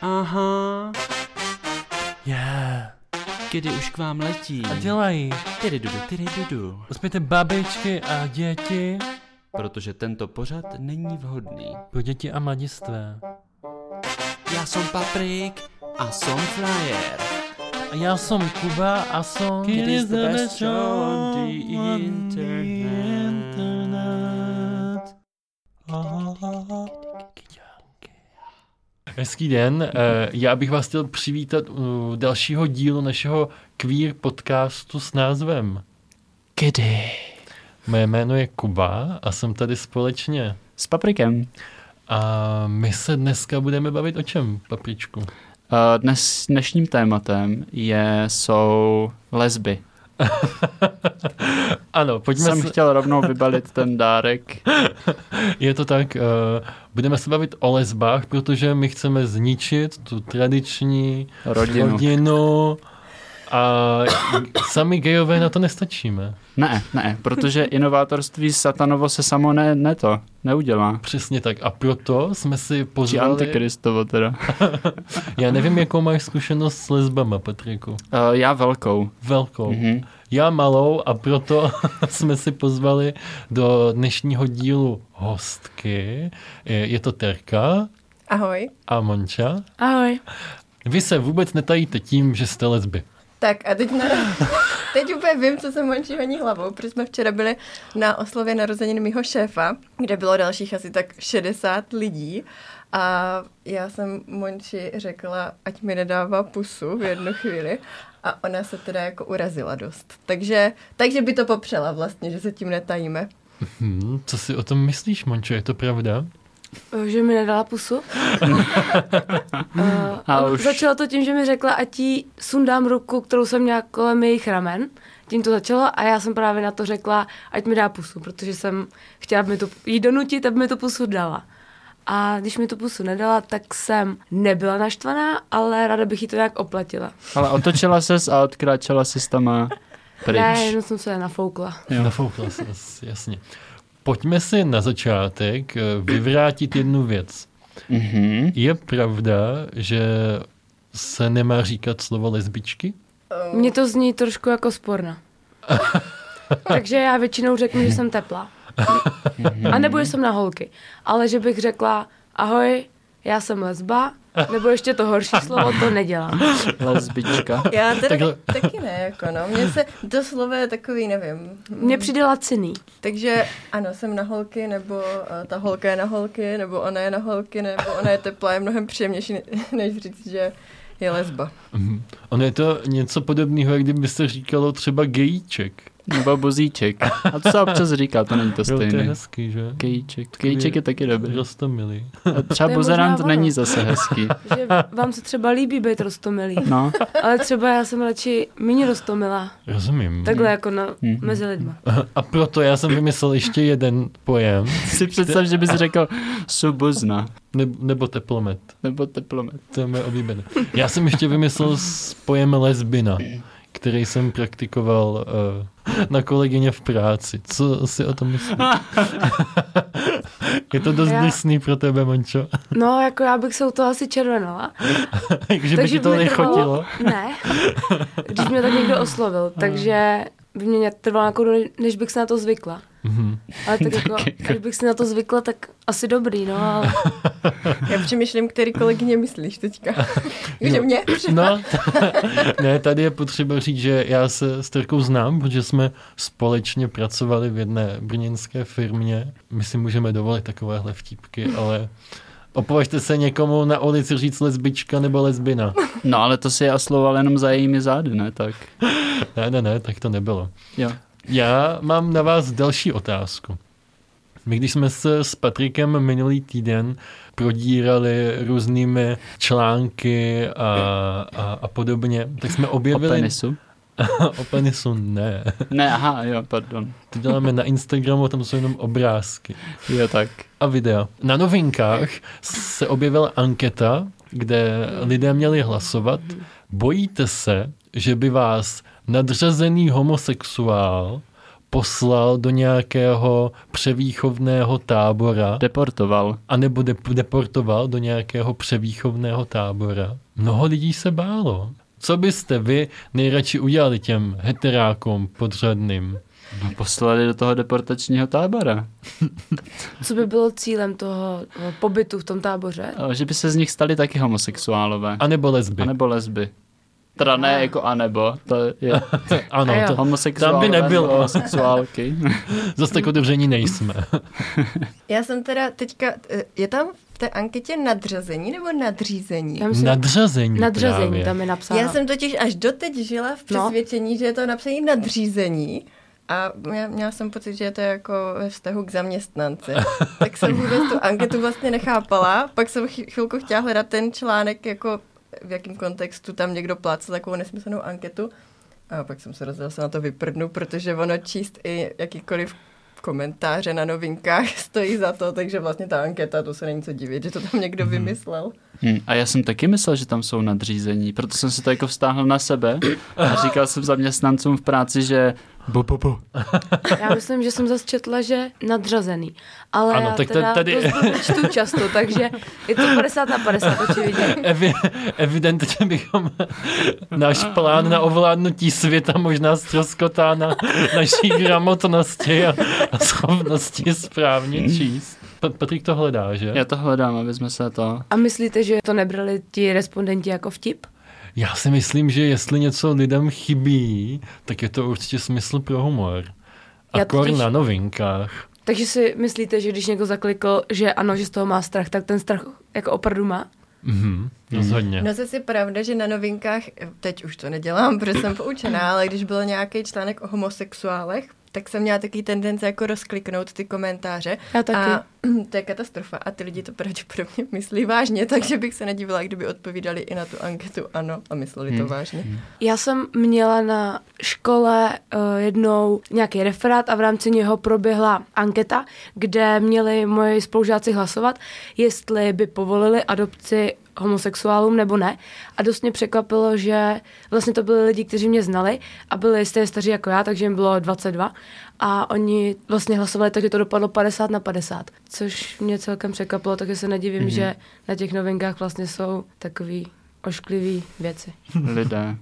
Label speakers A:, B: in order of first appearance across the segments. A: Aha,
B: Yeah.
A: kdy už k vám letí.
B: A dělají.
A: Tyry dudu, tyry dudu.
B: Uspějte babičky a děti.
A: Protože tento pořad není vhodný.
B: Pro děti a mladistvé.
A: Já jsem Paprik a jsem Flyer.
B: A já jsem Kuba a jsem...
A: It is the best show on the internet.
B: Hezký den, eh, já bych vás chtěl přivítat u dalšího dílu našeho queer podcastu s názvem
C: Kdy?
B: Mé jméno je Kuba a jsem tady společně.
C: S paprikem.
B: A my se dneska budeme bavit o čem, papričku?
C: Eh, Dnes, dnešním tématem je, jsou lesby.
B: Ano, pojďme
C: Jsem
B: se...
C: chtěl rovnou vybalit ten dárek.
B: Je to tak, eh, budeme se bavit o lesbách, protože my chceme zničit tu tradiční
C: Rodinu.
B: rodinu a sami gejové na to nestačíme.
C: Ne, ne, protože inovátorství satanovo se samo ne, ne to, neudělá.
B: Přesně tak. A proto jsme si
C: Či
B: pozvali...
C: antikristovo teda.
B: Já nevím, jakou máš zkušenost s lesbama, Patriku.
C: Eh, Já velkou.
B: Velkou.
C: Mhm.
B: Já malou a proto jsme si pozvali do dnešního dílu hostky. Je je to Terka
D: Ahoj.
B: a Monča.
D: Ahoj.
B: Vy se vůbec netajíte tím, že jste lesby.
D: Tak a teď, na, teď úplně vím, co se Monči honí hlavou, protože jsme včera byli na oslově narozenin mýho šéfa, kde bylo dalších asi tak 60 lidí a já jsem Monči řekla, ať mi nedává pusu v jednu chvíli a ona se teda jako urazila dost. Takže, takže by to popřela vlastně, že se tím netajíme.
B: Hmm, co si o tom myslíš, Mončo? Je to pravda?
E: Že mi nedala pusu. Eh,
C: A už.
E: Začalo to tím, že mi řekla, ať jí sundám ruku, kterou jsem měla kolem jejich ramen. Tím to začalo a já jsem právě na to řekla, ať mi dá pusu, protože jsem chtěla aby mi tu, jí donutit, aby mi tu pusu dala. A když mi tu pusu nedala, tak jsem nebyla naštvaná, ale ráda bych jí to nějak oplatila.
C: Ale otočila ses a odkráčela ses tam a
E: Ne,
C: pryč.
E: jenom jsem se nafoukla.
C: Jo.
B: Nafoukla se, jasně. Pojďme si na začátek eh, vyvrátit jednu věc.
C: Mhm.
B: Je pravda, že se nemá říkat slovo lesbičky?
E: Mně to zní trošku jako sporna. Takže já většinou řeknu, že jsem teplá. A nebo že jsem na holky. Ale že bych řekla, ahoj, já jsem lesba, nebo ještě to horší slovo, to nedělám.
C: Lesbička.
D: Já teda
B: Takhle.
D: taky ne, jako no. Mně se to slovo je takový, nevím.
E: Mně přijde laciný.
D: Takže ano, jsem na holky, nebo eh, ta holka je na holky, nebo ona je na holky, nebo ona je teplá, je mnohem příjemnější, ne- než říct, že je lesba.
B: Mhm. Ono je to něco podobného, jak kdyby se říkalo třeba gejíček.
C: Nebo buzíček. A to se občas říká, to není to
B: Jo, to je
C: stejné.
B: hezký, že?
C: Kejíček. Kejíček je taky dobrý.
B: Rostomilý.
C: A třeba
E: To je
C: buzerant
E: možná ono.
C: není zase hezký.
E: Že vám se třeba líbí být rostomilý,
C: No,
E: ale třeba já jsem radši méně rostomilá.
B: Rozumím.
E: Takhle jako na,
C: Mhm.
E: mezi lidma.
B: A proto já jsem vymyslel ještě jeden pojem,
C: si představ, že bys řekl subuzna,
B: ne- nebo teplomet.
C: nebo teplomet.
B: To je moje oblíbené. Já jsem ještě vymyslel s pojem lesbina, který jsem praktikoval eh, na kolegyně v práci. Co si o tom myslíš? je to dost
E: Já-
B: drsný pro tebe, Mončo.
E: No, jako já bych se u toho asi červenala,
B: Takže by
E: Takže
B: ti to
E: by mi trvalo-
B: nechotilo.
E: Ne, když mě tak někdo oslovil, takže by mě trvalo nějakou dobu, než bych se na to zvykla.
B: Mhm.
E: Ale tak jako, když bych si na to zvykla, tak asi dobrý, no, ale
D: Já přemýšlím, který kolegyně myslíš teďka. Že
B: Jo.
D: mě?
B: No, ne, tady je potřeba říct, že já se s Terkou znám, protože jsme společně pracovali v jedné brněnské firmě. My si můžeme dovolit takovéhle vtípky, ale opovažte se někomu na ulici říct lesbička nebo lesbina.
C: No, ale to si je oslovoval jenom za jejími zády, ne? Tak
B: Ne, ne, ne, tak to nebylo.
C: jo.
B: Já mám na vás další otázku. My když jsme se s Patrikem minulý týden prodírali různými články a, a, a podobně, tak jsme
C: O
B: objevili...
C: penisu.
B: o penisu ne.
C: Ne, aha, jo, pardon.
B: To děláme na Instagramu, tam jsou jenom obrázky
C: Jo, tak.
B: a videa. Na novinkách se objevila anketa, kde lidé měli hlasovat. Bojíte se, že by vás nadřazený homosexuál poslal do nějakého převýchovného tábora,
C: Deportoval.
B: anebo de- deportoval do nějakého převýchovného tábora. Mnoho lidí se bálo. Co byste vy nejradši udělali těm heterákům podřadným?
C: No, poslali do toho deportačního tábora.
E: Co by bylo cílem toho eh, pobytu v tom táboře?
C: A Že by se z nich stali taky homosexuálové.
B: A nebo lesby?
C: A nebo lesby. Teda ne jako anebo, to je
B: Ano,
E: A jo.
B: to,
C: homosexuál.
B: Tam by nebylo.
C: Homosexuálky.
B: zase tak otevření nejsme.
D: Já jsem teda teďka, eh, je tam v té anketě nadřazení nebo nadřízení?
E: Já myslím,
B: Nadřazení
E: nadřazení
B: právě.
E: tam je napsáno.
D: Já jsem totiž až doteď žila v
E: No.
D: přesvědčení, že je to napsané nadřízení. A já, měla jsem pocit, že je to jako ve vztahu k zaměstnanci. tak jsem vůbec tu anketu vlastně nechápala. Pak jsem chy- chvilku chtěla hledat ten článek, jako v jakém kontextu tam někdo plácel takovou nesmyslnou anketu. A pak jsem se rozhodla, že se na to vyprdnu, protože ono číst i jakýkoliv komentáře na novinkách stojí za to, takže vlastně ta anketa, to se není co divit, že to tam někdo
E: Mhm.
D: vymyslel.
C: Hm, A já jsem taky myslel, že tam jsou nadřízení, proto jsem se to jako vztáhl na sebe a říkal jsem zaměstnancům v práci, že bo, bo, bo.
E: Já myslím, že jsem zase četla, že nadřazený. Ale
B: Ano,
E: já
B: tak to
E: teda
B: tady-
E: dost blbě čtu často, takže je to 50 na 50 očividně.
B: Evi, evidentně bychom náš plán na ovládnutí světa možná ztroskotá na naší gramotnosti a, a schopnosti správně číst. Pa- Patrik to hledá, že?
C: Já to hledám, aby jsme se to...
E: A myslíte, že to nebrali ti respondenti jako vtip?
B: Já si myslím, že jestli něco lidem chybí, tak je to určitě smysl pro humor.
E: Já
B: A kor
E: totiž-
B: na novinkách.
E: Takže si myslíte, že když někdo zaklikl, že ano, že z toho má strach, tak ten strach jako opravdu má?
B: Mhm, rozhodně.
D: No zase pravda, že na novinkách, teď už to nedělám, protože jsem poučená, ale když byl nějaký článek o homosexuálech, tak jsem měla taky tendence jako rozkliknout ty komentáře.
E: Já taky.
D: A to je katastrofa. A ty lidi to pravděpodobně myslí vážně, takže bych se nedivila, kdyby odpovídali i na tu anketu ano a mysleli
B: Hmm.
D: to vážně.
E: Já jsem měla na škole eh, jednou nějaký referát a v rámci něho proběhla anketa, kde měli moji spolužáci hlasovat, jestli by povolili adopci homosexuálům nebo ne. A dost mě překvapilo, že vlastně to byli lidi, kteří mě znali a byli stejně staří jako já, takže jim bylo 22. A oni vlastně hlasovali, takže to dopadlo 50 na 50, což mě celkem překvapilo, takže se nedivím, mm-hmm. že na těch novinkách vlastně jsou takový ošklivý věci.
C: lidé.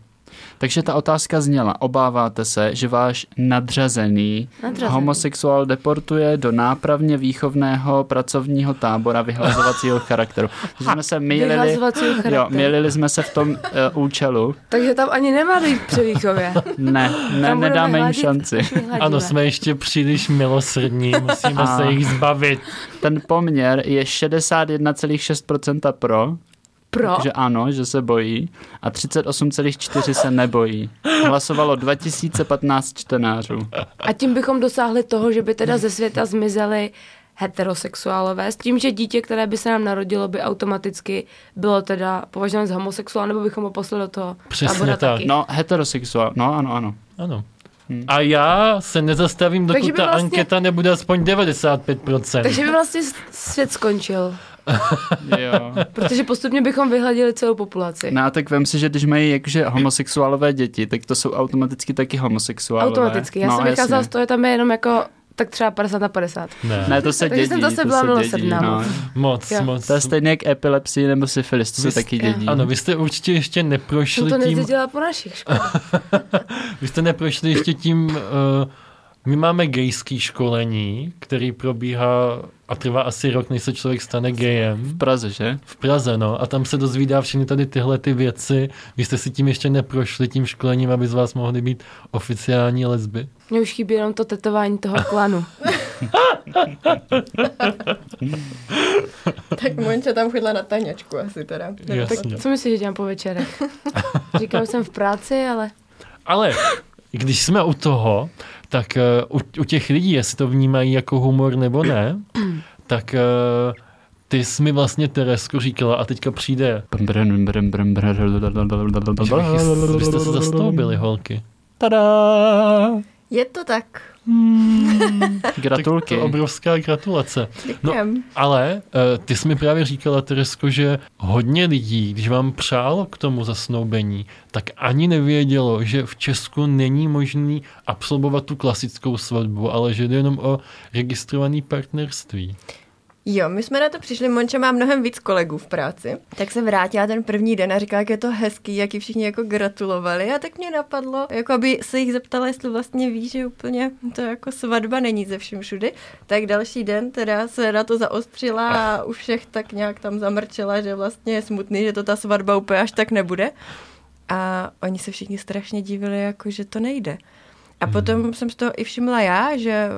C: Takže ta otázka zněla, obáváte se, že váš nadřazený,
E: Nadřazený.
C: homosexuál deportuje do nápravně výchovného pracovního tábora vyhlazovacího charakteru. Že jsme se mýlili,
E: Vyhlazovacího
C: jo,
E: charakteru.
C: mýlili jsme se v tom uh, účelu.
E: Takže tam ani nemá být převýchově.
C: Ne, ne
E: Tam budeme
C: nedáme jim
E: hladit,
C: šanci.
E: až vyhladíme.
B: Ano, jsme ještě příliš milosrdní, musíme
C: A.
B: se jich zbavit.
C: Ten poměr je 61,6% pro,
E: Pro?
C: že ano, že se bojí, a 38,4% se nebojí. Hlasovalo 2015 čtenářů.
E: A tím bychom dosáhli toho, že by teda ze světa zmizeli heterosexuálové, s tím, že dítě, které by se nám narodilo, by automaticky bylo teda považováno za homosexuál, nebo bychom ho poslali do toho
B: Přesně
E: tábora
B: tak.
E: taky.
C: No, heterosexuál, no ano, ano.
B: Ano.
C: Hmm.
B: A já se nezastavím, dokud
E: Takže by
B: ta
E: vlastně-
B: anketa nebude aspoň 95%.
E: Takže by vlastně s- svět skončil,
C: Jo.
E: protože postupně bychom vyhladili celou populaci.
C: No a tak vem si, že když mají jakože homosexuálové děti, tak to jsou automaticky taky homosexuálové.
E: Automaticky. Já
C: no,
E: jsem vycházela z
C: jasně.
E: toho, že tam je jenom jako tak třeba 50 na 50.
B: Ne,
C: Ne, to se
E: Takže
C: dědí,
E: jsem zase byla
C: to se dědí,
E: milosrdná
C: no.
E: moc.
B: moc,
E: Jo.
B: moc.
C: To je stejné jak epilepsie nebo syfilis,
B: Vy
C: to se
B: jste-
C: taky dědí.
B: Ano, vy jste určitě ještě
E: Jsem
B: neprošli
E: to
B: tím,
E: nezdědila po našich školách.
B: vy jste neprošli ještě tím, uh, my máme gejský školení, který probíhá a trvá asi rok, než se člověk stane gejem
C: V Praze, že?
B: v Praze, no, a tam se dozvídá všechny tady tyhle ty věci. Vy jste si tím ještě neprošli, tím školením, aby z vás mohly být oficiální lesby.
E: Mně už chybí jenom to tetování toho klanu.
D: Tak Monče tam chodila na taněčku asi teda. Nebo to-
B: Jasně.
E: Co myslíš, že dělám po večerech? Říkám, jsem v práci, ale
B: Ale když jsme u toho, tak eh, u, u těch lidí, jestli to vnímají jako humor nebo ne, tak eh, ty jsi mi vlastně Teresko říkala a teďka přijde. Vy jste se zastoubili, holky.
C: Tada!
D: Je to tak.
C: Gratulky.
B: Tak to obrovská gratulace. No,
D: Děkujem.
B: ale eh, ty jsi mi právě říkala, Teresko, že hodně lidí, když vám přálo k tomu zasnoubení, tak ani nevědělo, že v Česku není možný absolvovat tu klasickou svatbu, ale že jde jenom o registrovaný partnerství.
D: Jo, my jsme na to přišli, Monča má mnohem víc kolegů v práci, tak se vrátila ten první den a říkala, jak je to hezký, jak ji všichni jako gratulovali a tak mě napadlo, jako aby se jich zeptala, jestli vlastně ví, že úplně to jako svatba není ze všem všudy, tak další den teda se na to zaostřila a u všech tak nějak tam zamrčela, že vlastně je smutný, že to ta svatba úplně až tak nebude a oni se všichni strašně divili, jako že to nejde. A potom hmm. jsem z toho i všimla já, že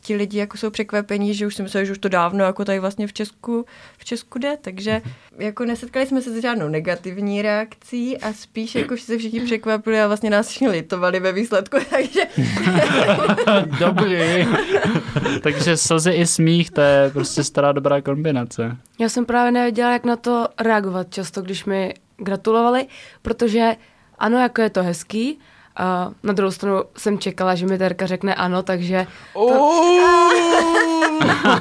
D: ti lidi jako jsou překvapení, že už jsem myslela, že už to dávno jako tady vlastně v Česku, v Česku jde, takže jako nesetkali jsme se s žádnou negativní reakcí a spíš jako že se všichni překvapili a vlastně nás všichni litovali ve výsledku, takže
B: Dobrý.
C: Takže slzy i smích, to je prostě stará dobrá kombinace.
E: Já jsem právě nevěděla, jak na to reagovat často, když mi gratulovali, protože ano, jako je to hezký, a na druhou stranu jsem čekala, že mi Terka řekne ano, takže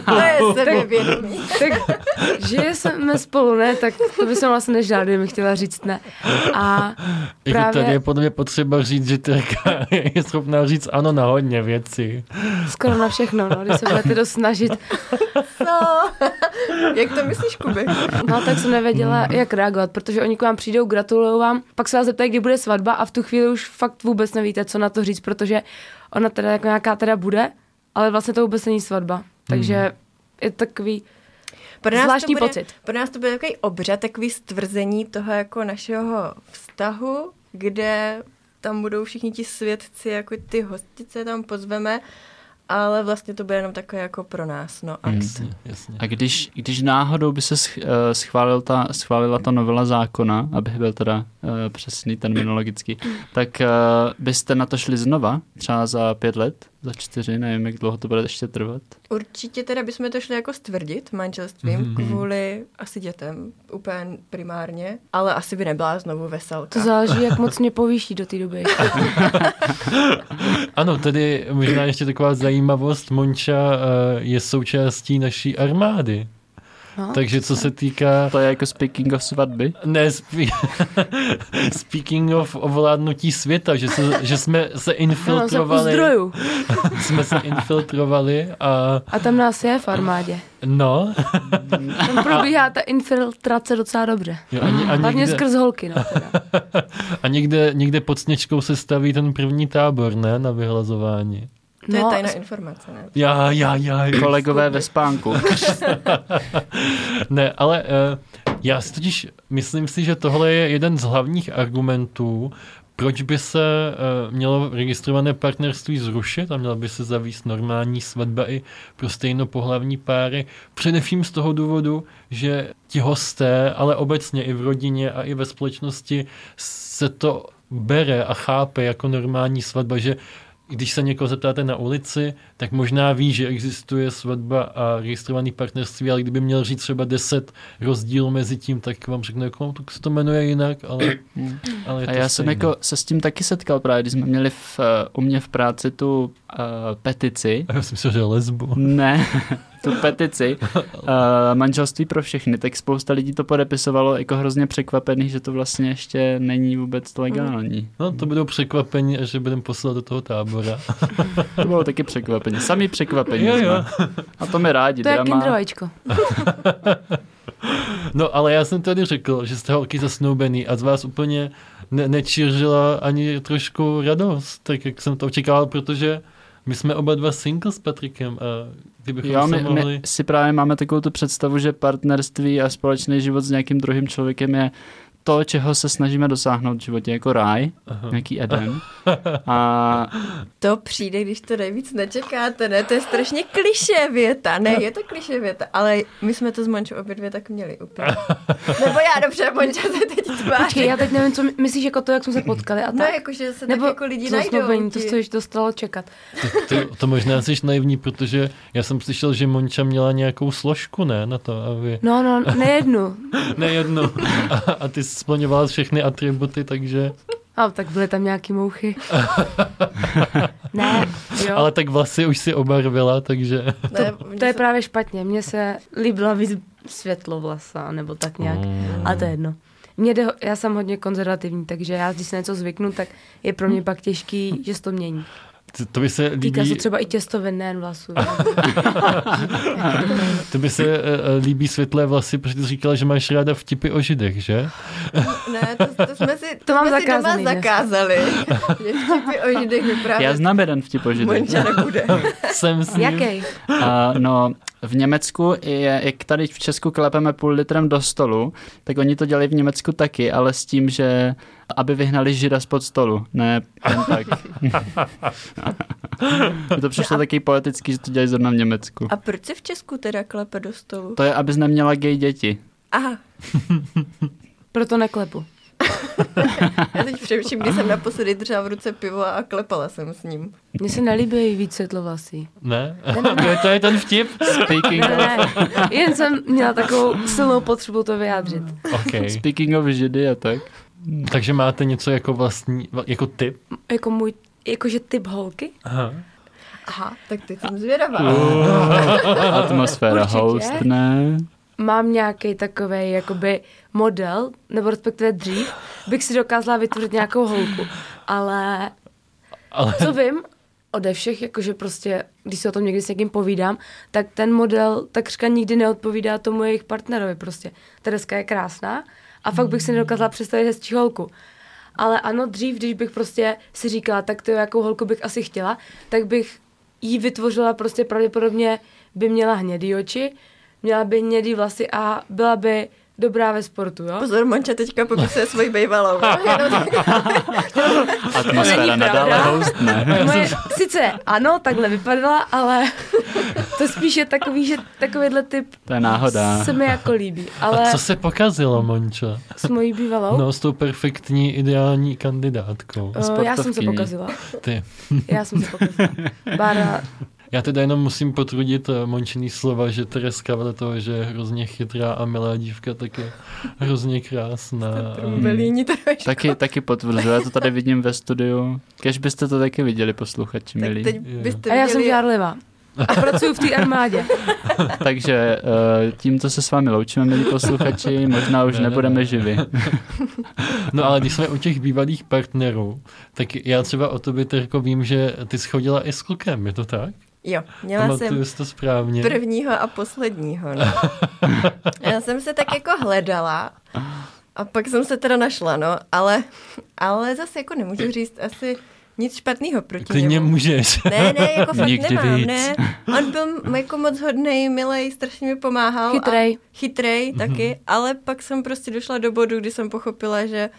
D: to je sebevědomí.
E: tak žije jsme spolu, ne? Tak to by jsem vlastně nežila, kdyby mi chtěla říct ne. A
B: Jako
E: právě
B: tady je podle mě potřeba říct, že Terka je schopná říct ano na hodně věci.
E: skoro na všechno, no, když se budete dost snažit.
D: No. Jak to myslíš, Kuby?
E: No tak jsem nevěděla, jak reagovat, protože oni k vám přijdou, gratulují vám, pak se vás zeptají, kdy bude svatba a v tu chvíli už fakt vůbec nevíte, co na to říct, protože ona teda jako nějaká teda bude, ale vlastně to vůbec není svatba. Takže
D: Hmm.
E: je to takový,
D: Pro nás
E: Zvláštní
D: to bude,
E: pocit.
D: Pro nás to bude takový obřad, takový stvrzení toho jako našeho vztahu, kde tam budou všichni ti svědci, jako ty hostice tam pozveme, ale vlastně to bude jenom takové jako pro nás, no akt.
B: Jasně, jasně.
C: A když, když náhodou by se sch- eh, schválil ta, schválila ta novela zákona, abych byl teda eh, přesný terminologický, tak eh, byste na to šli znova, třeba za pět let, za čtyři, nevím, jak dlouho to bude ještě trvat.
D: Určitě teda bychom to šli jako stvrdit manželstvím
B: Mhm.
D: kvůli asi dětem, úplně primárně, ale asi by nebyla znovu veselka.
E: to záleží, jak moc mě povýší do té doby.
B: Ano, tady možná ještě taková zajímavost. Monča eh, je součástí naší armády.
E: No.
B: Takže co se týká...
C: To je jako speaking of svatby.
B: Ne, spí- speaking of ovládnutí světa, že, se, že jsme se
E: Ano, jsem u
B: infiltrovali,
E: zdrojů.
B: jsme se infiltrovali a
E: A tam nás je v armádě.
B: no,
E: Tam probíhá ta infiltrace docela dobře.
B: jo, a, ně- a,
E: Hlavně
B: někde,
E: skrz holky, no teda.
B: a někde, někde pod sněžkou se staví ten první tábor, ne, na vyhlazování.
D: To je
E: No,
D: tajná informace, ne?
B: Já, já, já,
C: Kolegové ve spánku.
B: Ne, ale eh, já si totiž myslím si, že tohle je jeden z hlavních argumentů, proč by se eh, mělo registrované partnerství zrušit a měla by se zavíst normální svatba i pro stejnopohlavní páry. Především z toho důvodu, že ti hosté, ale obecně i v rodině a i ve společnosti se to bere a chápe jako normální svatba, že když se někoho zeptáte na ulici, tak možná ví, že existuje svatba a registrovaný partnerství, ale kdyby měl říct třeba 10 rozdílů mezi tím, tak vám řekne, jako, tak se to jmenuje jinak, ale, ale je
C: Mm. A
B: to
C: já jsem
B: stejné.
C: jako se s tím taky setkal právě, když jsme měli v, eh, u mě v práci tu uh, petici,
B: A já jsem si že lesbu.
C: Ne, tu petici. Uh, manželství pro všechny, tak spousta lidí to podepisovalo jako hrozně překvapených, že to vlastně ještě není vůbec legální.
B: No, to budou překvapení, až je budeme poslat do toho tábora.
C: To bylo taky překvapení. Sami překvapení
B: Jo,
C: jsme.
B: jo.
C: A to mi rádi.
E: to je
C: drama.
E: kinder vajíčko.
B: No, ale já jsem tady řekl, že jste holky zasnoubený a z vás úplně ne- nečířila ani trošku radost, tak jak jsem to očekával, protože my jsme oba dva single s Patrikem a kdybychom
C: Jo,
B: se
C: my,
B: mohli...
C: my si právě máme takovou tu představu, že partnerství a společný život s nějakým druhým člověkem je to, čeho se snažíme dosáhnout v životě, jako ráj,
B: Aha.
C: nějaký Eden. A
D: To přijde, když to nejvíc nečekáte, ne? To je strašně kliše věta. Ne, je to kliše věta, ale my jsme to s Mončou obě dvě tak měli úplně. Nebo já dobře, Monča se teď
E: Počkej,
D: tváří.
E: já teď nevím, co my- myslíš jako to, jak jsme se potkali a
D: No,
E: tak.
D: jakože se
E: Nebo
D: tak jako lidi
E: co
D: najdou.
E: snoubení, to
D: ti-
E: se ještě dostalo čekat.
B: To, to možná jsi naivní, protože já jsem slyšel, že Monča měla nějakou složku, ne, na to, aby...
E: No, no, nejednu.
B: Ne jednu. A, a ty jsi splňovala všechny atributy, takže...
E: A tak byly tam nějaký mouchy. ne, jo.
B: Ale tak vlasy už si obarvila, takže...
D: Ne,
E: To je právě špatně. Mně se líbila víc světlo vlasa, nebo tak nějak. Mm. Ale to je jedno. Mě jde, ho- já jsem hodně konzervativní, takže já, když se něco zvyknu, tak je pro mě pak těžký, že se to mění.
B: To, to by se líbí,
E: Týká se třeba i těstovin, nejen vlasů.
B: to by se eh, líbí světlé vlasy, protože ty jsi říkala, že máš ráda vtipy o židech, že?
D: ne to, to, jsme si, to,
E: mám
D: jsme si doma
E: zakázaný dnes.
D: zakázali. Že vtipy o židech vyprávět.
C: Já znám jeden vtip o židech.
D: Monča nebude.
B: Jsem s ním.
E: Jaký?
C: A, no, v Německu, je, jak tady v Česku klepeme půl litrem do stolu, tak oni to dělají v Německu taky, ale s tím, že aby vyhnali žida spod stolu. Ne, jen tak. Mně to přišlo taky poetický, že to dělají zrovna v Německu.
D: A proč se v Česku teda klepe do stolu?
C: To je, abys neměla gay děti.
D: Aha,
E: Proto neklepu.
D: já teď přemýšlím, kdy jsem naposledy držela v ruce pivo a klepala jsem s ním.
E: Mně se nelíbí víc světlovlasí.
B: Ne? To je, to je ten vtip?
C: Speaking
E: Ne,
C: of,
E: ne, jen jsem měla takovou silnou potřebu to vyjádřit.
B: Okay.
C: speaking of židy a tak.
B: Takže máte něco jako vlastní, jako typ?
E: Jako můj, jakože typ holky?
B: Aha.
D: Aha, tak teď jsem zvědavá.
C: Atmosféra
E: Určitě.
C: host, ne?
E: Mám nějaký takový jakoby model, nebo respektive dřív, bych si dokázala vytvořit nějakou holku. Ale
B: Ale
E: co vím ode všech, jakože prostě, když se o tom někdy s někým povídám, tak ten model takřka nikdy neodpovídá tomu jejich partnerovi prostě. Tereska je krásná a fakt bych si nedokázala představit hezčí holku. Ale ano, dřív, když bych prostě si říkala, tak to jakou holku bych asi chtěla, tak bych jí vytvořila prostě pravděpodobně by měla hnědý oči, měla by hnědý vlasy a byla by dobrá ve sportu, jo?
D: Pozor, Monča teďka popisuje svoji bejvalou. Jenom-
C: Atmosféra
E: není pravda.
C: nadále host, ne?
E: Moje, sice ano, takhle vypadala, ale to spíš je takový, že takovýhle typ
C: To je náhoda.
E: se mi jako líbí.
B: a
E: Ale
B: co se pokazilo, Monča?
E: s mojí bývalou,
B: No, s tou perfektní ideální kandidátkou.
E: eh, já jsem se
C: sportovkyní.
E: pokazila.
B: Ty.
E: Já jsem se pokazila. Bára,
B: Já teda jenom musím potvrdit eh, Mončiný slova, že Tereska vedle toho, že je hrozně chytrá a milá dívka, tak je hrozně krásná.
D: Belíní to je
C: Taky, taky potvrzuje, já to tady vidím ve studiu. Kež byste to taky viděli, posluchači,
D: tak
C: milí.
D: teď byste
E: a já jsem
D: viděli-
E: žárlivá. A pracuju v té armádě.
C: Takže eh, tímto se s vámi loučíme, milí posluchači, možná už
B: Ne, ne,
C: nebudeme
B: ne.
C: živi.
B: No ale když jsme u těch bývalých partnerů, tak já třeba o tobě, Terko, vím, že ty schodila i s klukem, je to tak?
D: Jo, měla jsem
B: Pamatuju si to správně.
D: Prvního a posledního. No. Já jsem se tak jako hledala a pak jsem se teda našla, no, ale, ale zase jako nemůžu říct asi nic špatného proti
B: Klidně
D: němu.
B: můžeš.
D: Ne, ne, jako fakt
C: Nikdy
D: nemám,
C: víc.
D: ne. On byl m- jako moc hodnej, milej, strašně mi pomáhal.
E: Chytrej.
D: A chytrej taky, mm-hmm. ale pak jsem prostě došla do bodu, kdy jsem pochopila, že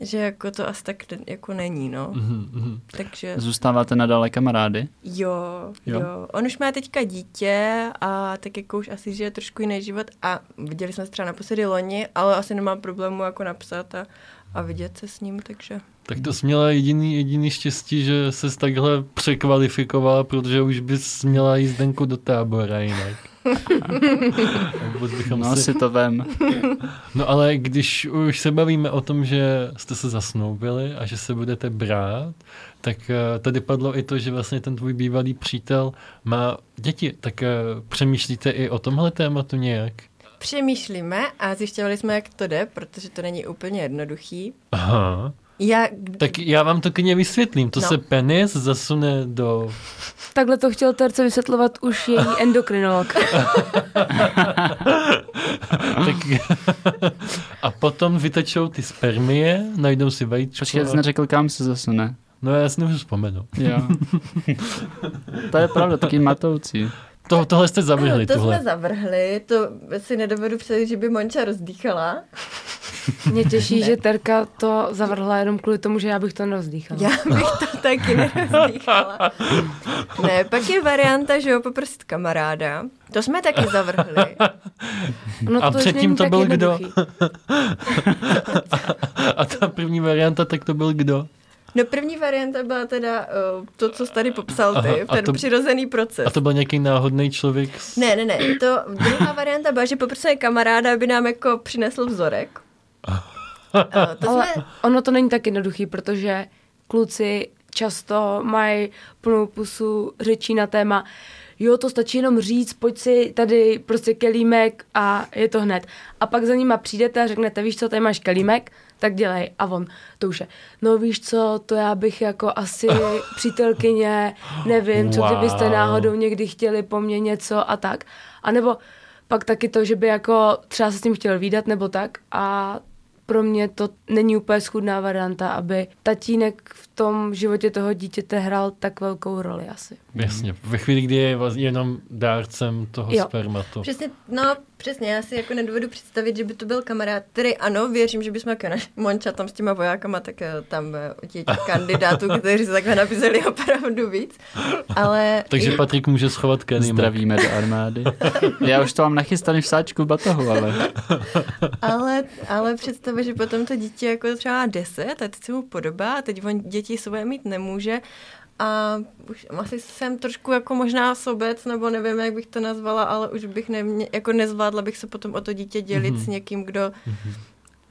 D: že jako to asi tak ne- jako není, no.
B: Mhm, mhm.
D: Takže
C: Zůstáváte nadále kamarády?
D: Jo, jo,
C: Jo.
D: jo. On už má teďka dítě a tak jako už asi žije trošku jiný život a viděli jsme se třeba naposledy loni, ale asi nemám problému jako napsat a, a vidět se s ním, takže
B: Tak to jsi měla jediný, jediný štěstí, že se takhle překvalifikovala, protože už bys měla jízdenku do tábora jinak. Vůbec bychom
C: No,
B: si-
C: si to vem.
B: No ale když už se bavíme o tom, že jste se zasnoubili a že se budete brát, tak eh, tady padlo i to, že vlastně ten tvůj bývalý přítel má děti. Tak eh, přemýšlíte i o tomhle tématu nějak?
D: přemýšlíme a zjišťovali jsme, jak to jde, protože to není úplně jednoduchý.
B: Aha.
D: Já,
B: Tak já vám to klidně vysvětlím. To no.
D: No.
B: se penis zasune do...
E: Takhle to chtěl Terce vysvětlovat už její endokrinolog.
B: Tak... a potom vytečou ty spermie, najdou si vajíčko.
C: Počkej,
B: a-
C: jsi neřekl, kam se zasune.
B: No já si nemůžu vzpomenout.
C: Jo. To je pravda, taky matoucí.
B: To, tohle jste
D: ano,
B: zavrhli,
D: to
B: tohle.
D: jsme zavrhli, to si nedovedu představit, že by Monča rozdýchala.
E: Mě těší, že Terka to zavrhla jenom kvůli tomu, že já bych to nerozdýchala.
D: Já bych to taky nerozdýchala. Ne, pak je varianta, že jo, poprosit kamaráda. To jsme taky zavrhli.
E: No,
B: A
E: už
B: předtím
E: není
B: to
E: tak
B: byl kdo?
E: jednoduchý.
B: A ta první varianta, tak to byl kdo?
D: No první varianta byla teda uh, to, co jsi tady popsal ty,
B: Aha, a
D: ten
B: to-
D: přirozený proces.
B: A to byl nějaký náhodný člověk s...
D: Ne, ne, ne, to druhá varianta byla, že poprosíme kamaráda, aby nám jako přinesl vzorek. Eh, to
E: Ale
D: jsme...
E: ono to není tak jednoduchý, protože kluci často mají plnou pusu řečí na téma jo, to stačí jenom říct, pojď si tady prostě kelímek a je to hned. A pak za nima přijdete a řeknete, víš co, tady máš kelímek, tak dělej. A on, to už je, no víš co, to já bych jako asi přítelkyně, nevím, co kdybyste
B: Wow.
E: náhodou někdy chtěli po mně něco a tak. A nebo pak taky to, že by jako třeba se s tím chtěl výdat nebo tak a pro mě to není úplně schudná varianta, aby tatínek v tom životě toho dítěte hrál tak velkou roli asi.
B: Jasně, ve chvíli, kdy je vlastně jenom dárcem toho
E: Mhm. Jo.
B: spermatu.
D: Přesně, no přesně, já si jako nedovedu představit, že by to byl kamarád, který ano, věřím, že bychom jako naš Monča tam s těma vojákama, tak eh, tam eh, těch kandidátů, kteří se takhle nabízeli opravdu víc, ale...
B: Takže Patrik může schovat Kenny.
C: Zdravíme do armády. Já už to mám nachystaný v sáčku v batohu, ale
D: Ale, ale představa, že potom to dítě jako třeba má 10 a teď se mu podobá a teď on děti svoje mít nemůže a už asi jsem trošku jako možná sobec, nebo nevím, jak bych to nazvala, ale už bych nemě, jako nezvládla bych se potom o to dítě dělit
B: Mhm.
D: mm-hmm. s někým, kdo... Mm-hmm.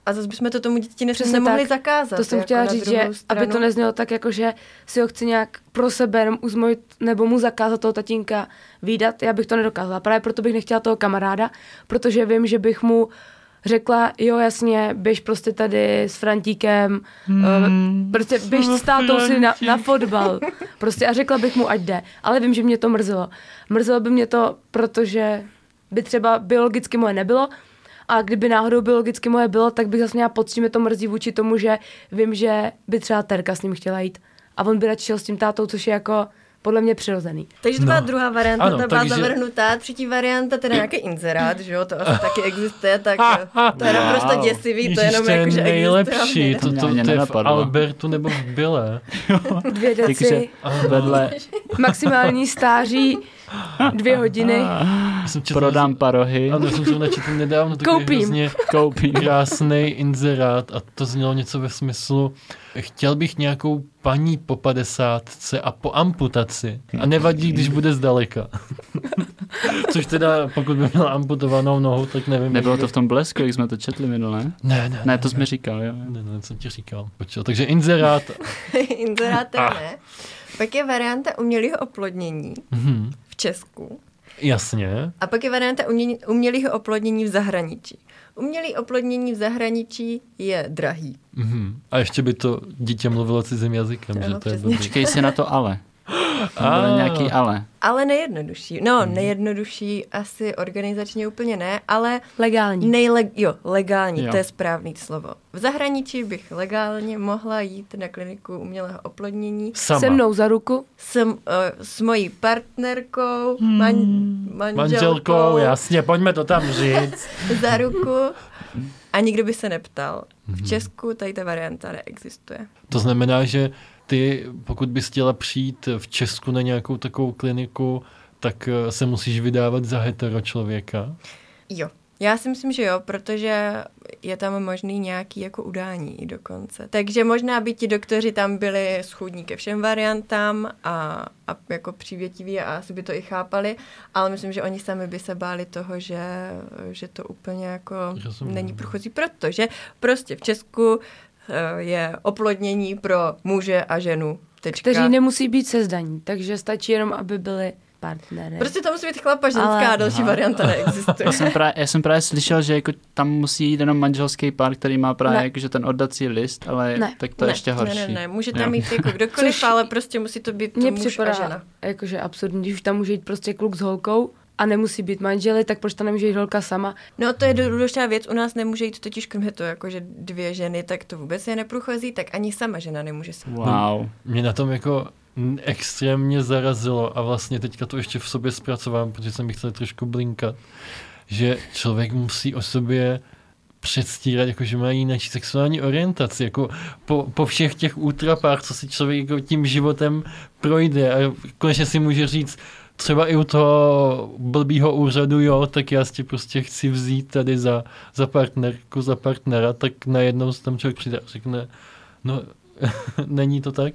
D: A zase bychom to tomu dítěti ne-
E: Přesně
D: nemohli
E: tak.
D: zakázat.
E: To jsem
D: jako
E: chtěla
D: na
E: říct,
D: druhou
E: že aby to
D: stranu.
E: neznělo tak, jako že si ho chci nějak pro sebe jenom uzmojit nebo mu zakázat toho tatínka výdat, já bych to nedokázala. Právě proto bych nechtěla toho kamaráda, protože vím, že bych mu řekla, jo jasně, běž prostě tady s Frantíkem, hmm. prostě běž s tátou si na, na fotbal. Prostě a řekla bych mu, ať jde. Ale vím, že mě to mrzelo. Mrzelo by mě to, protože by třeba biologicky moje nebylo, a kdyby náhodou biologicky moje bylo, tak bych zase měla pocit, že mě to mrzí vůči tomu, že vím, že by třeba Terka s ním chtěla jít. A on by radši šel s tím tátou, což je jako podle mě přirozený.
D: Takže to byla no. druhá varianta,
B: Ano,
D: ano, ta byla
B: takže-
D: takže... zavrhnutá, třetí varianta, teda nějaký inzerát, že jo, to asi taky existuje, tak to je naprosto
C: Wow.
D: děsivý,
B: Ježíš,
D: to je jenom
B: to je
D: jako, že
B: nejlepší,
D: existuje.
B: to, to,
C: Mě
B: to,
C: ani
B: je v
C: nenapadlo.
B: Albertu nebo v Bile.
E: Dvě
C: takže
E: deci,
C: vedle
E: maximální stáří, dvě hodiny.
B: Já Jsem četl-
C: prodám parohy,
B: Ano, já jsem zrovna četl nedávno takový
E: Koupím.
B: hrozně
C: koupím.
B: krásný inzerát a to znělo něco ve smyslu chtěl bych nějakou paní po padesátce a po amputaci a nevadí, když bude zdaleka. Což teda, pokud by měla amputovanou nohu, tak nevím.
C: Nebylo to
B: jestli-
C: v tom blesku, jak jsme to četli minule? Ne,
B: Ne, ne,
C: ne to jsme říkal, jo.
B: ne, ne, co ti říkal. Počkej, takže inzerát.
D: Inzerátem
B: Ah.
D: ne. Pak je varianta umělého oplodnění
B: Mhm,
D: v Česku.
B: jasně.
D: A pak je varianta umění- umělého oplodnění v zahraničí. Umělé oplodnění v zahraničí je drahý.
B: Mhm. A ještě by to dítě mluvilo cizím jazykem,
D: Ano,
B: že to je
D: přesně.
B: blbý.
C: Počkej si na to ale. Tam
B: Ah.
C: bude nějaký ale.
D: Ale nejjednodušší. No,
B: Mhm.
D: nejjednodušší asi organizačně úplně ne, ale
E: Legální.
D: nejle- jo, legální,
C: Jo.
D: jo. to je správný slovo. V zahraničí bych legálně mohla jít na kliniku umělého oplodnění
B: Sama.
E: Se mnou za ruku.
D: s, uh, s mojí partnerkou, man, manželkou,
B: Hmm. Manželkou, jasně, pojďme to tam říct.
D: za ruku a nikdo by se neptal. V Česku tady ta varianta neexistuje.
B: To znamená, že ty, pokud bys chtěla přijít v Česku na nějakou takovou kliniku, tak eh, se musíš vydávat za hetero člověka.
D: Jo. Já si myslím, že jo, protože je tam možný nějaký jako udání i dokonce. Takže možná by ti doktoři tam byli schůdní ke všem variantám a, a jako přívětiví a asi by to i chápali, ale myslím, že oni sami by se báli toho, že, že to úplně jako
B: Rozumím.
D: není průchozí, protože prostě v Česku eh, je oplodnění pro muže a ženu. Tečka.
E: Kteří nemusí být sezdaní, takže stačí jenom, aby byli partnery.
D: Prostě to musí být chlapa ženská
E: Ale-
D: a další varianta neexistuje.
C: Já jsem, právě, já jsem právě slyšel, že jako tam musí jít jenom manželský pár, který má právě
E: Ne.
C: jako, že ten oddací list, ale
E: Ne.
C: tak to je ještě horší.
D: Ne, ne, ne, může
C: Jo.
D: tam jít jako kdokoliv,
E: Což-
D: ale prostě musí to být
E: Mně
D: muž a
E: připadá
D: žena.
E: jakože absurdní, když už tam může jít prostě kluk s holkou a nemusí být manželi, tak proč tam nemůže jít holka sama?
D: No to je důležitá věc, u nás nemůže jít totiž kromě toho, jako že dvě ženy, tak to vůbec je neprochází, tak ani sama žena nemůže se.
C: Wow.
B: Mě na tom jako mm, extrémně zarazilo a vlastně teďka to ještě v sobě zpracovám, protože jsem bych chtěl trošku blinkat, že člověk musí o sobě předstírat, jako že má jináčí sexuální orientaci, jako po, po všech těch útrapách, co si člověk jako tím životem projde a konečně si může říct, třeba i u toho blbýho úřadu, jo, tak já si tě prostě chci vzít tady za, za partnerku, za partnera, tak najednou se tam člověk přijde a řekne, no, není to tak.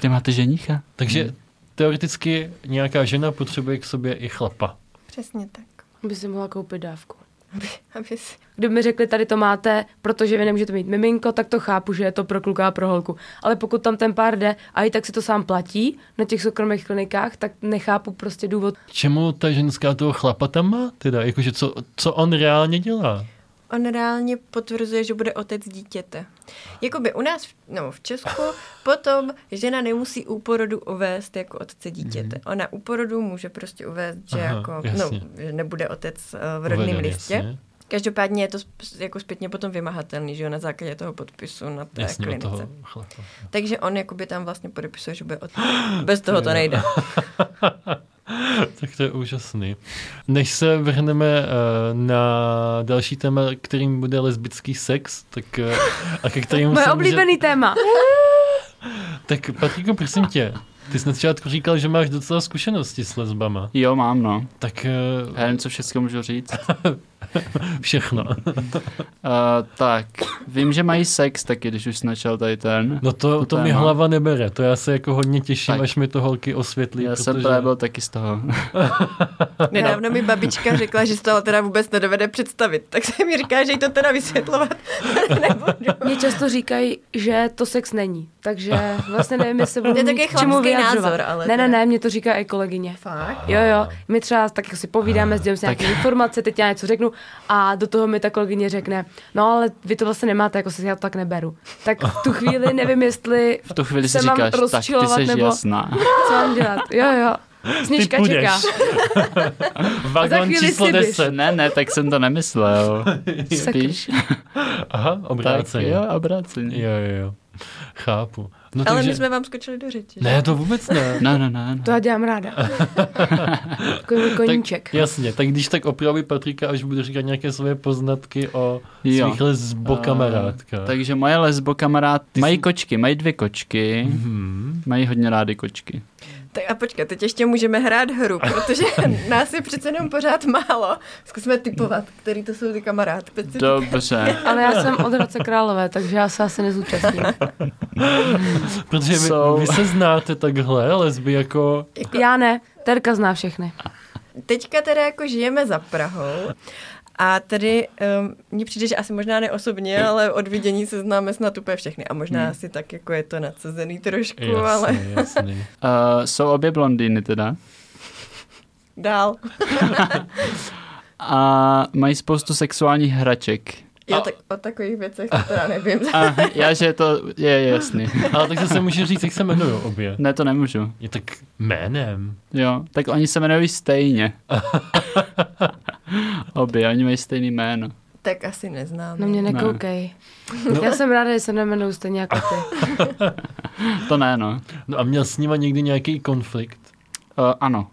C: Kde máte ženicha?
D: Hmm.
B: Takže teoreticky nějaká žena potřebuje k sobě i chlapa.
D: Přesně tak.
E: By si mohla koupit dávku.
D: aby, aby si...
E: Kdyby mi řekli, tady to máte, protože vy nemůžete mít miminko, tak to chápu, že je to pro kluka a pro holku. Ale pokud tam ten pár jde a i tak si to sám platí na těch soukromých klinikách, tak nechápu prostě důvod.
B: K čemu ta ženská toho chlapa tam má? Teda, jakože co, co on reálně dělá?
D: On reálně potvrzuje, že bude otec dítěte. Jakoby u nás, v- no v Česku, potom žena nemusí u porodu uvést jako otce dítěte. Ona u porodu může prostě uvést, že
B: Aha,
D: jako,
B: jasně.
D: no, že nebude otec eh, v rodném
B: Uveden,
D: listě.
B: jasně.
D: Každopádně je to sp- jako zpětně potom vymahatelný, že jo, na základě toho podpisu na té
B: Jasně, od
D: klinice.
B: toho chlapa.
D: Takže on jakoby tam vlastně podepisuje, že bude od... Bez toho to nejde.
B: Tak to je úžasný. Než se vrhneme eh, na další téma, kterým bude lesbický sex, tak eh, a ke kterému
E: Moje
B: se
E: oblíbený téma.
B: Může... Tak Patriku, prosím tě, ty jsi na začátku říkal, že máš docela zkušenosti s lesbama.
C: Jo, mám, no.
B: Tak
C: Já nevím, co všechno můžu říct.
B: eh, všechno.
C: Uh, tak, vím, že mají sex taky, když už začal tady ten.
B: No to,
C: To
B: to mi
C: téma.
B: hlava nebere, to já se jako hodně těším,
C: Tak.
B: až mi to holky osvětlí.
C: Já jsem
B: protože-
C: právě byl taky z toho.
D: Nedávno mi babička řekla, že z toho teda vůbec nedovede představit. Tak se mi říká, že jí to teda vysvětlovat nebudu.
E: Mě často říkají, že to sex není, takže vlastně nevím, jestli budu
D: To je taky
E: mít k čemu
D: chlapský
E: vyjadřovat.
D: názor, ale
E: ne,
D: to
E: ne,
D: je-
E: ne, mě to říká i kolegyně.
D: Fakt?
E: Jo, jo, my třeba tak jako si povídáme, sdělím si
C: Tak-
E: nějaké informace, teď já něco řeknu a do toho mi ta kolegyně řekne, no ale vy to vlastně nemáte, jako se já to tak neberu. Tak v tu chvíli nevím, jestli
C: V tu chvíli si
E: se mám
C: říkáš, tak ty
E: rozčilovat
C: seš
E: nebo
C: jasná.
E: co mám dělat. Jo, jo, sněžka
B: Ty půjdeš.
E: čeká. Za
B: Vagon
E: chvíli
B: číslo
E: si jdeš.
B: 10.
C: Ne, ne, tak jsem to nemyslel.
E: Sakra.
C: Spíš.
B: Aha,
C: Tak,
B: obráceně.
C: jo, obráceně.
B: jo, jo, jo. Chápu. No,
D: Ale
B: takže...
D: my jsme vám skočili do řeči. že?
B: Ne, to vůbec ne.
C: No, no, no. no.
E: To já dělám ráda. Takový můj koníček.
B: Tak, jasně, tak když tak opraví Patrika, až bude říkat nějaké svoje poznatky o
C: Jo.
B: svých lesbo kamarádkách.
C: Eh, Takže moje lesbo kamarád,
B: Ty
C: mají
B: jsi-
C: kočky, mají dvě kočky,
B: Hmm.
C: mají hodně rády kočky.
D: Tak a počkat, teď ještě můžeme hrát hru, protože nás je přece jenom pořád málo. Zkusme typovat, který to jsou ty kamarád.
C: Dobře,
E: Ale já jsem od Hradce Králové, takže já se asi nezúčastním.
B: Protože vy,
C: Jsou-
B: vy se znáte takhle, lesby jako...
E: Já ne, Terka zná všechny.
D: Teďka teda jako žijeme za Prahou a tady um, mně přijde, že asi možná ne osobně, ale od vidění se známe snad úplně všechny a možná hmm. asi tak jako je to nadsazený trošku,
B: Jasný,
D: ale
B: jasný.
C: uh, jsou obě blondýny teda.
D: dál.
C: A mají spoustu sexuálních hraček.
D: Já tak o takových věcech to teda nevím.
C: A já, že to je jasný.
B: Ale tak se může říct, jak se jmenují obě.
C: Ne, to nemůžu.
B: Je tak jménem.
C: Jo, tak oni se jmenují stejně. Obě, oni mají stejný jméno.
D: tak asi neznám.
E: Na mě nekoukej.
B: No.
E: Já jsem ráda, že se nejmenuju stejně jako ty.
C: To ne, no.
B: No a měl s nima někdy nějaký konflikt.
C: Uh, ano.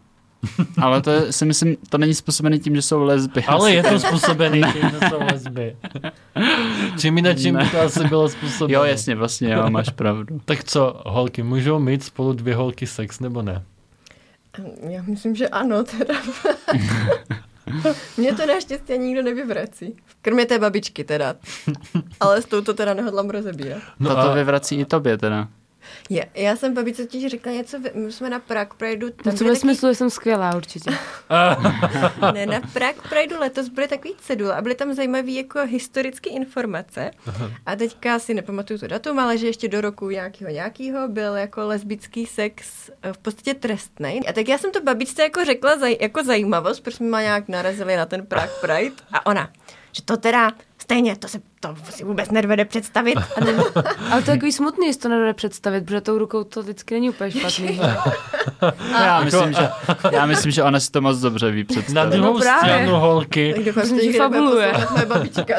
C: Ale to je, si myslím, to není způsobené tím, že jsou lesby.
B: Ale je to způsobený tím, že jsou lesby. Čím jinak, čím by to asi bylo způsobeno.
C: Jo, jasně, vlastně, jo, máš pravdu.
B: Tak co, holky, můžou mít spolu dvě holky sex nebo ne?
D: Já myslím, že ano, teda. Mně to naštěstí nikdo nevyvrací. Kromě té babičky teda. Ale s tou to teda nehodlám rozebírat.
B: No
C: No to
B: a-
C: to vyvrací i tobě teda.
D: Je, já jsem babičce totiž řekla něco, vy- my jsme na Prague Prideu.
E: No
D: tam
E: co
D: byly
E: ve
D: taky-
E: smyslu, že jsem skvělá určitě.
D: Ne, na Prague Prideu letos byly takový cedule a byly tam zajímavé jako historické informace. A teďka si nepamatuju to datum, ale že ještě do roku nějakého nějakého byl jako lesbický sex eh, v podstatě trestný. A tak já jsem to babičce jako řekla zaj- jako zajímavost, protože jsme ma nějak narazili na ten Prague Pride a ona, že to teda stejně, to se to si vůbec nedovede představit. A ne,
E: Ale to je takový smutný, jestli to nedovede představit, protože tou rukou to vždycky není úplně špatný.
C: Já myslím, že, já myslím, že ona si to moc dobře ví
B: Na
C: představit.
B: druhou
E: No právě.
B: stranu holky,
D: tak doufám,
E: Myslím,
D: že
E: že
D: někde nebude
E: fabuluje.
D: poslouchat moje babička.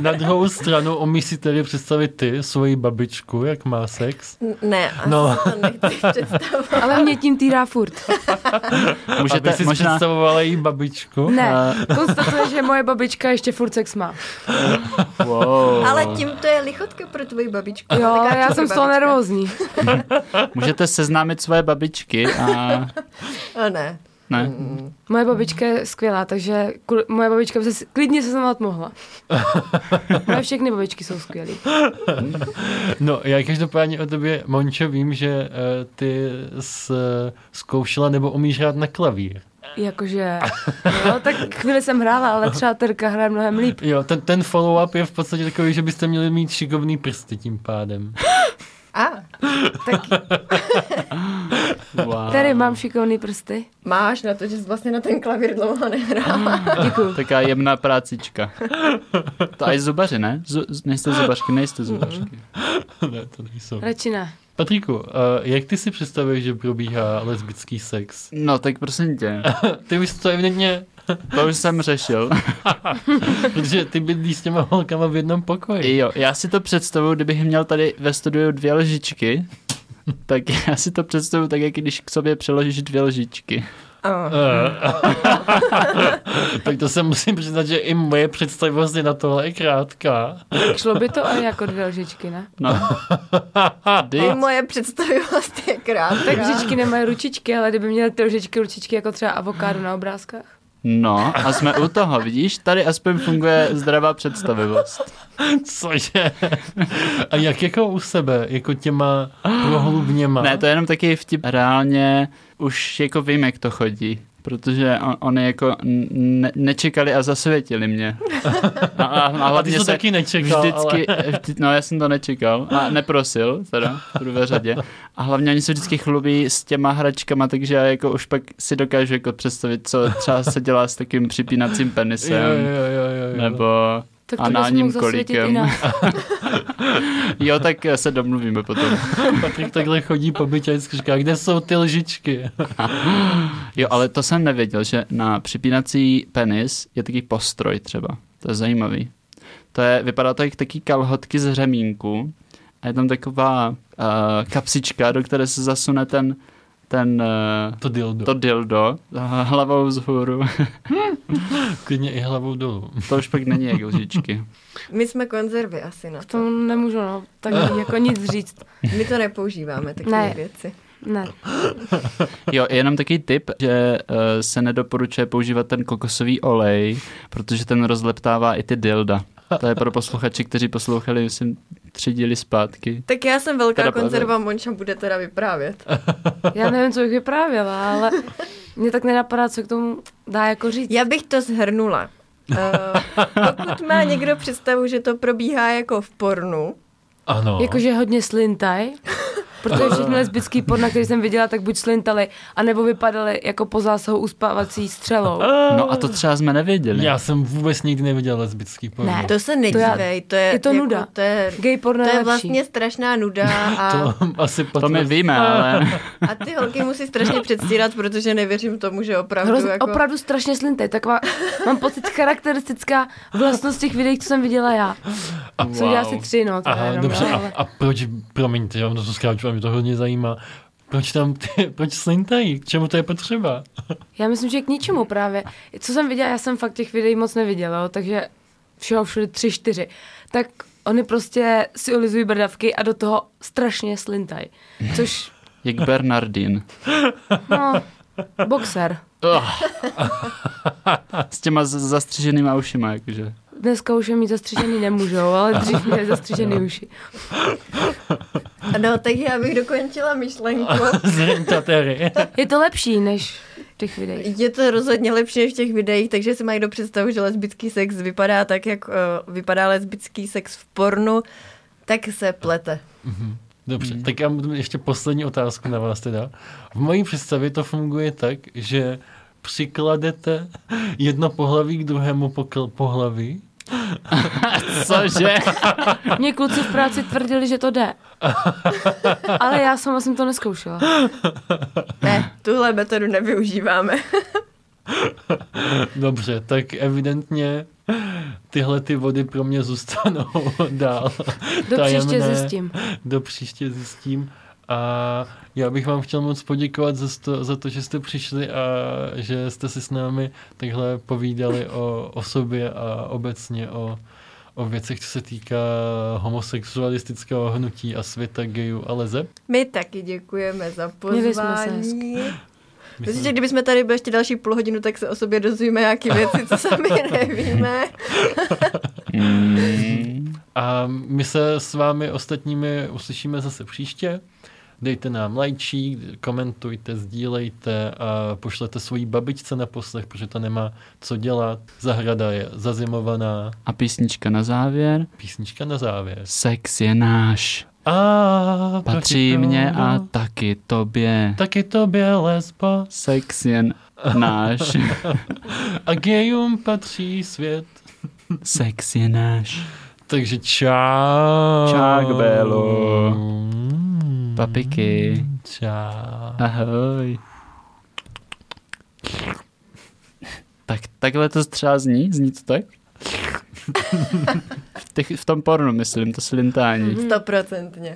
B: na druhou stranu umí si tedy představit ty, svoji babičku, jak má sex.
D: Ne, asi
B: No.
D: no. to nechci představovat.
E: Ale mě tím týrá furt.
B: Můžete, aby
C: Můžete,
B: si
C: možná,
B: představovala její babičku.
E: Ne, konstatuje, že moje babička ještě furt sex má.
C: wow,
D: Ale tím to je lichotka pro tvoji babičku.
E: Jo,
D: Taková
E: já
D: tvoje
E: jsem z toho
D: babička.
E: nervózní.
C: můžete seznámit svoje babičky a
D: A Eh, ne.
C: ne.
E: Moje babička je skvělá, takže kvůli- moje babička by se s- klidně seznamovat mohla. Moje všechny babičky jsou skvělé.
B: No, já každopádně o tobě, Mončo, vím, že eh, ty s, zkoušela nebo umíš hrát na klavír.
E: Jakože, jo, tak chvíli jsem hrála, ale třeba Terka hraje mnohem líp.
B: Jo, ten, ten follow-up je v podstatě takový, že byste měli mít šikovný prsty tím pádem.
D: A,
E: Tak
C: Wow.
E: tady mám šikovný prsty.
D: máš na to, že jsi vlastně na ten klavír dlouho nehrála.
E: Děkuju.
C: Taká jemná prácička. To aj zubaři, ne? Z, z- nejste zubařky, nejste zubařky.
B: ne, to nejsou.
E: Radši ne.
B: Patriku, uh, jak ty si představuješ, že probíhá lesbický sex?
C: No, tak prosím tě,
B: Ty bys to evidentně,
C: to už jsem řešil.
B: protože ty bydlíš s těma holkama v jednom pokoji.
C: Jo, já si to představuju, kdybych měl tady ve studiu dvě lžičky, tak já si to představuju tak, jak když k sobě přeložíš dvě lžičky.
D: A.
E: Eh,
B: tak to se musím přiznat, že i moje představivost je na tohle krátká.
E: Šlo by to ale jako dvě lžičky, ne?
C: No. Kdy?
D: I moje vlastně představivost je krátká.
E: Tak lžičky nemají ručičky, ale kdyby měly ty lžičky ručičky jako třeba avokádo na obrázkách.
C: No, a jsme u toho, vidíš? Tady aspoň funguje zdravá představivost.
B: Cože? A jak jako u sebe? Jako těma prohlubněma?
C: Ne, to je jenom taky vtip. Reálně už jako vím, jak to chodí. Protože on, oni jako ne, nečekali a zasvětili mě. A, a, a
B: a ty
C: hlavně
B: jsi to
C: se
B: taky nečekal,
C: vždycky,
B: ale...
C: vždy, no já jsem to nečekal a neprosil, teda v prvé řadě. A hlavně oni se vždycky chlubí s těma hračkama, takže já jako už pak si dokážu jako představit, co třeba se dělá s takým připínacím penisem.
B: Jo, jo, jo, jo, jo.
C: Nebo
E: Tak to bys mohl
C: análním
E: zasvětit i
C: kolíkem.
E: nás.
C: Jo, tak se domluvíme potom.
B: Patrik takhle chodí po bytě a vždycky říká, kde jsou ty lžičky?
C: Jo, ale to jsem nevěděl, že na připínací penis je taky postroj třeba. To je zajímavý. To je, vypadá to jak taky kalhotky z řemínku a je tam taková uh, kapsička, do které se zasune ten, ten uh,
B: To dildo.
C: to
B: To...
C: dildo eh, hlavou vzhůru.
B: Klidně i hlavou dolů.
C: to už pak není jak lžičky.
D: My jsme konzervy asi na
E: K
D: to.
E: tomu nemůžu, no, tak jako nic říct.
D: My to nepoužíváme, takové
E: Ne.
D: věci.
E: Ne,
C: Jo, jenom takový tip, že uh, se nedoporučuje používat ten kokosový olej, protože ten rozleptává i ty dilda. To je pro posluchači, kteří poslouchali, myslím, tři díly zpátky.
D: Tak já jsem velká
C: Teda pravda.
D: konzerva, Monča bude teda vyprávět.
E: já nevím, co bych vyprávěla, ale mě tak nenapadá, co k tomu dá jako říct.
D: Já bych to zhrnula. Eh, pokud má někdo představu, že to probíhá jako v pornu,
B: Ano.
E: Jakože hodně slintaj, protože všechny lesbický porna, který jsem viděla, tak buď slintali, anebo vypadaly jako po zásahu uspávací střelou.
C: No a to třeba jsme nevěděli.
B: Já jsem vůbec nikdy neviděl lesbický porno.
E: Ne.
D: to se
E: já-
D: nedívej. To je, jako
E: je to nuda.
D: To je,
E: Gay porno
D: to
E: je
D: je
E: lepší.
D: vlastně strašná nuda a,
B: To asi
C: To my
B: potvrdí.
C: víme, ale
D: a ty holky musí strašně předstírat, protože nevěřím tomu, že opravdu
E: Hrozně,
D: jako...
E: opravdu strašně slintaj, taková, mám pocit, charakteristická vlastnost těch videí, co jsem viděla já. Wow. Jsem viděla asi tři, no. teda
B: Aha,
E: jenom,
B: dobře.
E: ale-
B: A, a proč, promiňte, já vám to skáču, mě to hodně zajímá. Proč tam, ty, proč slintají? K čemu to je potřeba?
E: Já myslím, že k ničemu právě. Co jsem viděla, já jsem fakt těch videí moc neviděla, jo, takže všeho všude tři, čtyři. Tak oni prostě si ulizují bradavky a do toho strašně slintaj. Což,
C: jak Bernardín.
E: no, boxer.
C: Ugh. S těma z- zastřiženýma ušima, jakože.
E: Dneska už je mít zastřižený nemůžou, ale dřív měli zastřižený uši.
D: No, tak já bych dokončila myšlenku.
B: Zrintatery.
E: Je to lepší než v těch videí.
D: Je to rozhodně lepší než v těch videích, takže si mají do představu, že lesbický sex vypadá tak, jak uh, vypadá lesbický sex v pornu, tak se plete.
B: Dobře,
C: Hmm.
B: tak já mám ještě poslední otázku na vás teda. V mojí představě to funguje tak, že přikladete jedno pohlaví k druhému pokl- pohlaví.
C: Cože?
E: Mě kluci v práci tvrdili, že to jde. Ale já sama jsem to neskoušela.
D: Ne, tuhle metodu nevyužíváme.
B: Dobře, tak evidentně tyhle ty vody pro mě zůstanou dál.
E: Do příště
B: tajemné.
E: zjistím.
B: do příště zjistím. A já bych vám chtěl moc poděkovat za to, za to, že jste přišli a že jste si s námi takhle povídali o, o sobě a obecně o, o věcech, co se týká homosexualistického hnutí a světa gayů a lezeb.
D: My taky děkujeme za
E: Měli jsme se
D: pozvání. Myslím, že
B: Myslím,
D: kdybychom tady byli ještě další půl hodinu, tak se o sobě dozvíme nějaké věci, co sami nevíme.
C: Mm.
B: a my se s vámi ostatními uslyšíme zase příště. Dejte nám lajčík, komentujte, sdílejte a pošlete svojí babičce na poslech, protože ta nemá co dělat. Zahrada je zazimovaná.
C: A písnička na závěr.
B: Písnička na závěr.
C: Sex je náš.
B: A
C: Patří
B: proti
C: mě a
B: tomu,
C: taky tobě.
B: Taky tobě lesba.
C: Sex je náš.
B: A gejům patří svět.
C: Sex je náš.
B: Takže čau.
C: Čák, Bélo.
B: Mm.
C: Papiky.
B: Čau.
C: Ahoj. Tak takhle to třeba zní? Zní to tak? V, těch, v tom pornu, myslím, to slintání.
D: Stoprocentně.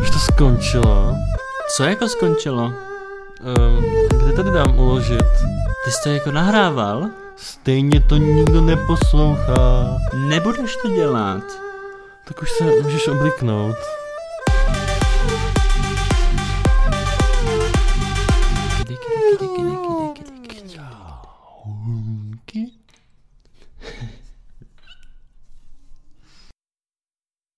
B: Už to skončilo.
A: Co jako skončilo?
B: Um, kde tady dám uložit?
A: Ty jsi to jako nahrával?
B: Stejně to nikdo neposlouchá.
A: Nebudeš to dělat.
B: Tak už se můžeš obliknout.